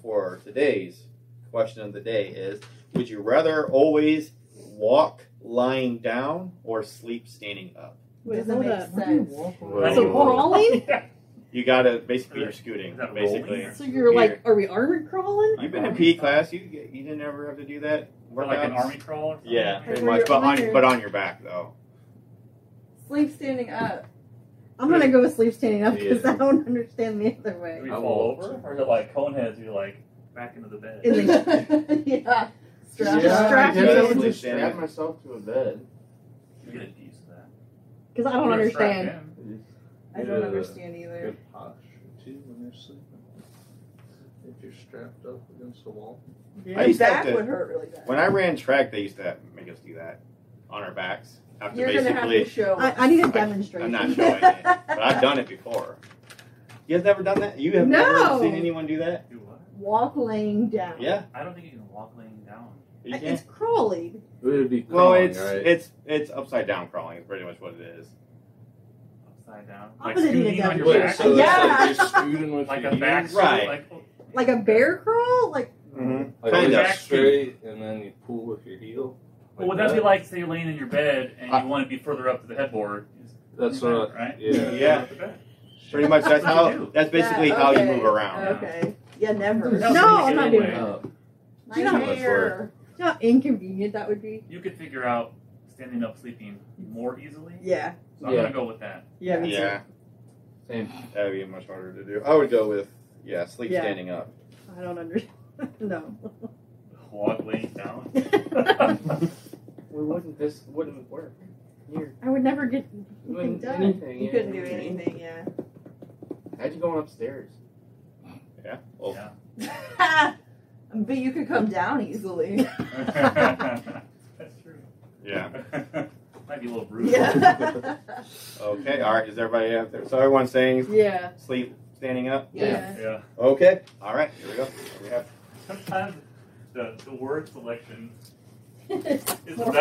for today's question of the day is Would you rather always walk lying down or sleep standing up? Wait, Doesn't hold make up. sense. Like So a roll? crawling? You gotta basically, you're scooting, Is that basically. rolling? So you're like, are we armored crawling? You've been in PE class, you you didn't ever have to do that? Or like an workouts? army crawler? Yeah, pretty Or much, your but on, iron. but on your back though. Sleep standing up. I'm gonna go with sleep standing up because Yeah. I don't understand the other Do way. we I fall won't. over? Or is it like cone heads, you like back into the bed? Is it- yeah. Strap. Yeah, Strap. I guess I I would would just just strap strap myself to a bed. You get a piece of that. Because I don't You're a strap understand. man. I don't Yeah. understand either. posture too when you're sleeping. If you're strapped up against the wall. I used to have Back to- would hurt really bad. When I ran track, they used to make us do that on our backs. Have to You're gonna have to basically, show. I, I need a I'm demonstration. I'm not showing it, but I've done it before. You have never done that? You have No. never seen anyone do that? Do what? Walk laying down. Yeah, I don't think you can walk laying down. you can. It's crawling. It would be Well, crawling, it's right? it's it's upside down crawling. Is pretty much what it is. Upside down. I'm Like gonna need a scooting on your Wait, back. so it's Yeah. like you're scooting with Like your a back heels, scoot, Right. Like, oh. Like a bear crawl? Like Mm-hmm. Like Kind you're of. straight, and then you pull with your heel. well, would that be like, say, laying in your bed and you I- want to be further up to the headboard? That's Your what. bed, right? Yeah. Yeah. Up the bed. Pretty much. That's You how. do. That's basically Yeah, how you okay. move around. Okay. Yeah, never. That was No, easy I'm not anyway. doing it. Oh. My You know how much hair. you know how inconvenient that would be? You could figure out standing up sleeping more easily. Yeah. So I'm Yeah. gonna go with that. Yeah. me too. Yeah, Same. that would be much harder to do. I would go with yeah, sleep Yeah. standing up. I don't understand. no. Walk laying down. We wouldn't. This wouldn't work. Here. I would never get You wouldn't Done. anything. You yeah. couldn't do anything, yeah. How'd you go upstairs? Yeah. Well, Yeah. but you could come down easily. That's true. yeah. Might be a little brutal. yeah. Okay. All right. Is everybody out there? So everyone's saying Yeah. sleep standing up. Yeah. Yeah. Okay. All right. Here we go. Here we have Sometimes the, the word selection is More better